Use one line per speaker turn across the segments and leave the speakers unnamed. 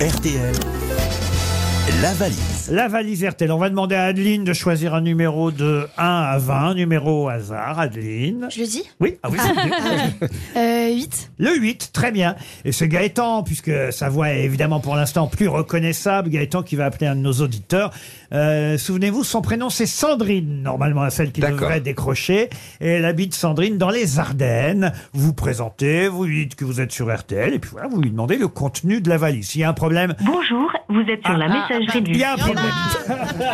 RTL, la valise.
La valise RTL. On va demander à Adeline de choisir un numéro de 1 à 20, numéro au hasard. Adeline.
Je le dis
Oui, ah oui, c'est bien.
euh, 8.
le 8, très bien. Et c'est Gaëtan, puisque sa voix est évidemment pour l'instant plus reconnaissable. Gaëtan qui va appeler un de nos auditeurs. Euh, Souvenez-vous, son prénom c'est Sandrine, normalement, celle qui
D'accord.
devrait décrocher. Et elle habite Sandrine dans les Ardennes. Vous vous présentez, vous lui dites que vous êtes sur RTL, et puis voilà, vous lui demandez le contenu de la valise. S'il y a un problème,
Bonjour, vous êtes sur la messagerie
il
du.
y a un problème.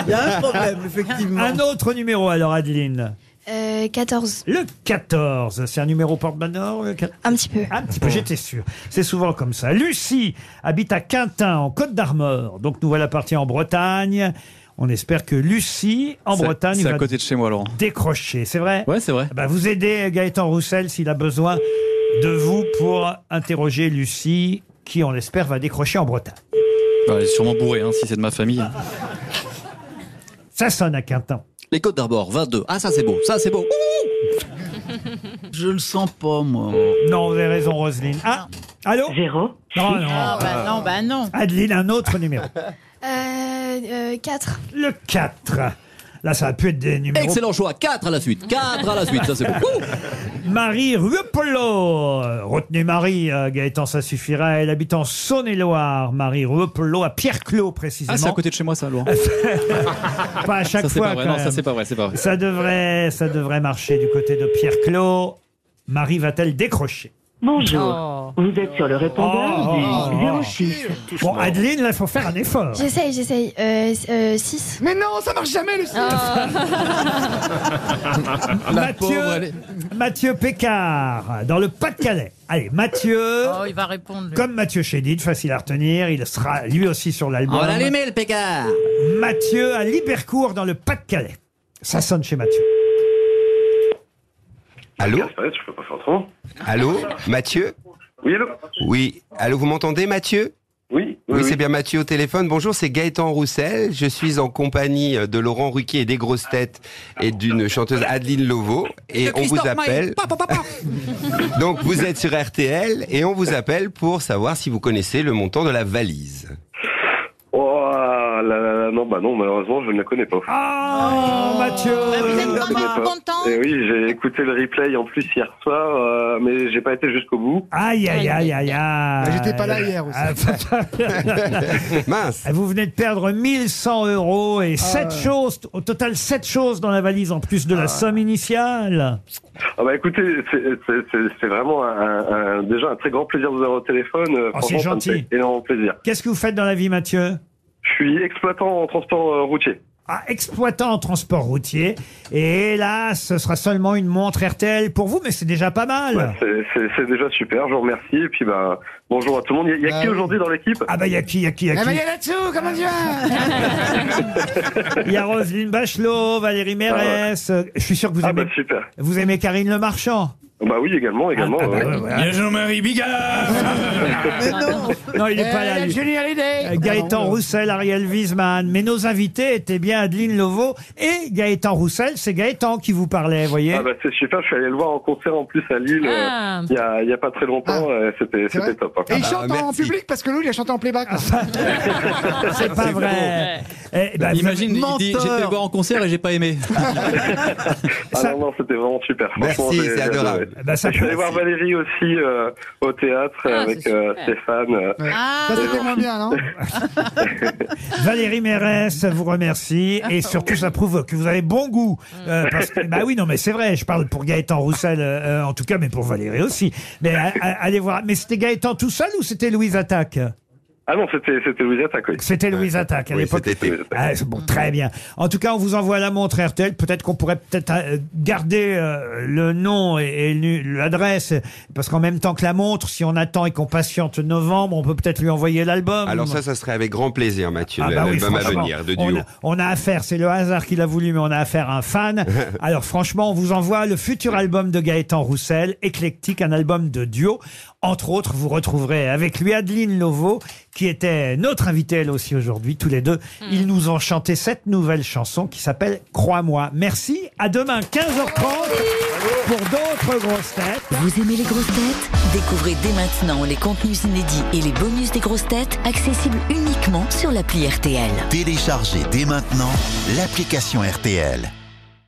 Il y a un problème, effectivement.
Un autre numéro alors, Adeline.
Euh, 14.
Le 14, c'est un numéro porte-bonheur le 14?
Un petit peu.
Un petit peu, j'étais sûr. C'est souvent comme ça. Lucie habite à Quintin, en Côte d'Armor. Donc nous voilà partis en Bretagne. On espère que Lucie, en
C'est-
Bretagne,
C'est à
va
côté de chez moi, Laurent.
décrocher. C'est vrai
Ouais, c'est vrai.
Bah, Vous aidez Gaëtan Roussel s'il a besoin de vous pour interroger Lucie, qui, on l'espère, va décrocher en Bretagne.
Bah, elle est sûrement bourrée, hein, si c'est de ma famille.
Ça sonne à Quintin.
Les Côtes d'Arbor, 22. Ah, ça c'est beau, ça c'est beau.
Je le sens pas, moi.
Non, vous avez raison, Roselyne. Ah, allô
Eh
Zéro.
Non, non.
Ah, bah non, bah non.
Adeline, un autre numéro.
Ah. Euh, 4.
Le 4. Là, ça a pu être des numéros
Excellent choix, 4 à la suite, 4 à la suite, ça c'est
Ah,
beau. Ouh.
Marie Ruepolo. Euh, Retenez Marie, euh, Gaëtan, ça suffira. Elle habite en Saône-et-Loire. Marie Ruepolo, à Pierre-Clos, précisément.
Ah, c'est à côté de chez moi, ça, Laurent.
Pas à chaque
Ça, c'est
fois.
pas vrai.
quand
Non, ça,
même.
c'est pas vrai, c'est pas vrai.
Ça devrait, ça devrait marcher du côté de Pierre-Clos. Marie va-t-elle décrocher
Bonjour,
Oh.
vous êtes sur le répondeur
Oh.
du 06.
Bon, Adeline, là, il faut faire un effort.
J'essaye, j'essaye. Euh, 6.
Mais non, ça marche jamais, Lucie
Mathieu, Mathieu Pécard, dans le Pas-de-Calais. Allez, Mathieu,
Oh, il va répondre. lui.
comme Mathieu Chédid, facile à retenir, il sera lui aussi sur l'album.
On
Oh,
va l'allumer le Pécard.
Mathieu à Libercourt dans le Pas-de-Calais. Ça sonne chez Mathieu.
Allô
Je peux pas faire autrement.
Allô Mathieu
Oui, allô
Oui. Allô, vous m'entendez, Mathieu
Oui,
Oui, c'est bien Mathieu au téléphone. Bonjour, c'est Gaëtan Roussel. Je suis en compagnie de Laurent Ruquier et des grosses têtes et d'une chanteuse Adeline Lovo. Et on vous appelle. Donc, vous êtes sur RTL et on vous appelle pour savoir si vous connaissez le montant de la valise.
Oh là là là, non, bah non, malheureusement, je ne la connais pas.
Ah, Mathieu
Bah, vous
euh,
êtes
je
vraiment
connais pas.
content
Et Eh oui, j'ai écouté le replay en plus hier soir, euh, mais j'ai pas été jusqu'au bout.
Aïe, aïe, aïe, aïe, aïe.
Bah, j'étais pas là hier aussi.
Mince.
Vous venez de perdre 1100 euros
Ah
et sept choses, au total 7 choses dans la valise en plus de la somme initiale.
Ah bah écoutez, c'est- c'est c'est- c'est vraiment un, un- déjà un très grand plaisir de vous avoir au téléphone. Euh,
Oh,
franchement,
c'est
ça me
gentil.
fait énormément plaisir.
Qu'est-ce que vous faites dans la vie, Mathieu
Je suis exploitant en transport euh, routier.
Ah, exploitant en transport routier. Et hélas, ce sera seulement une montre RTL pour vous, mais c'est déjà pas mal.
Bah, c'est- c'est c'est déjà super, je vous remercie. Et puis bah bonjour à tout le monde. Il y a, il y a
Ah
qui
oui.
aujourd'hui dans l'équipe
Bah Ah bah, il y a qui, il y a qui, il y a qui
là-dessous, comment tu vas
Il y a Roselyne Bachelot, Valérie Mérès. euh, Je suis sûr que vous
Ah bah
aimez,
super.
vous aimez Karine Le Marchand.
Bah oui également également.
Ah, bah,
ouais.
ouais, ouais.
Jean-Marie Bigard.
Non, il n'est pas là. lui. Euh,
Ah
Gaëtan Roussel, Ariel Wiesman. Mais nos invités étaient bien Adeline Lovo et Gaëtan Roussel. C'est Gaëtan qui vous parlait, voyez.
Ah bah c'est super, je suis allé le voir en concert en plus à Lille euh,
Ah.
il y, a, il y a pas très
Ah.
longtemps, euh, c'était
C'est
c'était
vrai
top. hein.
Et il
bah,
chante en
merci. Ah.
public parce que nous, il a chanté en playback.
c'est pas vrai. Eh ben, vous
Imagine, il dit,
Menteur.
j'étais le voir en concert et j'ai pas aimé.
Ah
ça-
non, non, c'était vraiment super.
Merci,
Franchement, j'ai-
c'est
j'ai
adorable.
adoré.
avez- Eh ben, ça
je suis
peut-
allé voir Valérie aussi euh, au théâtre euh,
Ah,
avec
c'est
euh,
super.
Stéphane. euh.
Ah,
Ça, c'était moins bien, non
Valérie Mérès vous remercie et surtout ça prouve que vous avez bon goût. Euh, parce que, bah oui, non, mais c'est vrai, je parle pour Gaëtan Roussel euh, euh, en tout cas, mais pour Valérie aussi. Mais a- a- allez voir. Mais c'était Gaëtan tout seul ou c'était Louise Attaque
Ah non, c'était c'était Louise Attaque, oui.
C'était Louise Attaque à
Euh, Oui,
l'époque.
c'était
Louise Attaque.
Ah, c'est bon, très bien. En tout cas, on vous envoie la montre RTL. Peut-être qu'on pourrait peut-être euh, garder euh, le nom et, et nu- l'adresse, parce qu'en même temps que la montre, si on attend et qu'on patiente novembre, on peut peut-être lui envoyer l'album.
Alors ça, ça serait avec grand plaisir, Mathieu,
Ah bah oui,
l'album à
franchement.
venir de
on
duo.
a, on a affaire, c'est le hasard qu'il a voulu, mais on a affaire à un fan. Alors franchement, on vous envoie le futur album de Gaëtan Roussel, Éclectique, un album de duo. Entre autres, vous retrouverez avec lui Adeline Lovo, qui était notre invitée elle aussi aujourd'hui, tous les deux. Ils nous ont chanté cette nouvelle chanson qui s'appelle Crois-moi. Merci, à demain 15h30 pour d'autres grosses têtes.
Vous aimez les grosses têtes
Découvrez dès maintenant les contenus inédits et les bonus des grosses têtes accessibles uniquement sur l'appli RTL.
Téléchargez dès maintenant l'application RTL.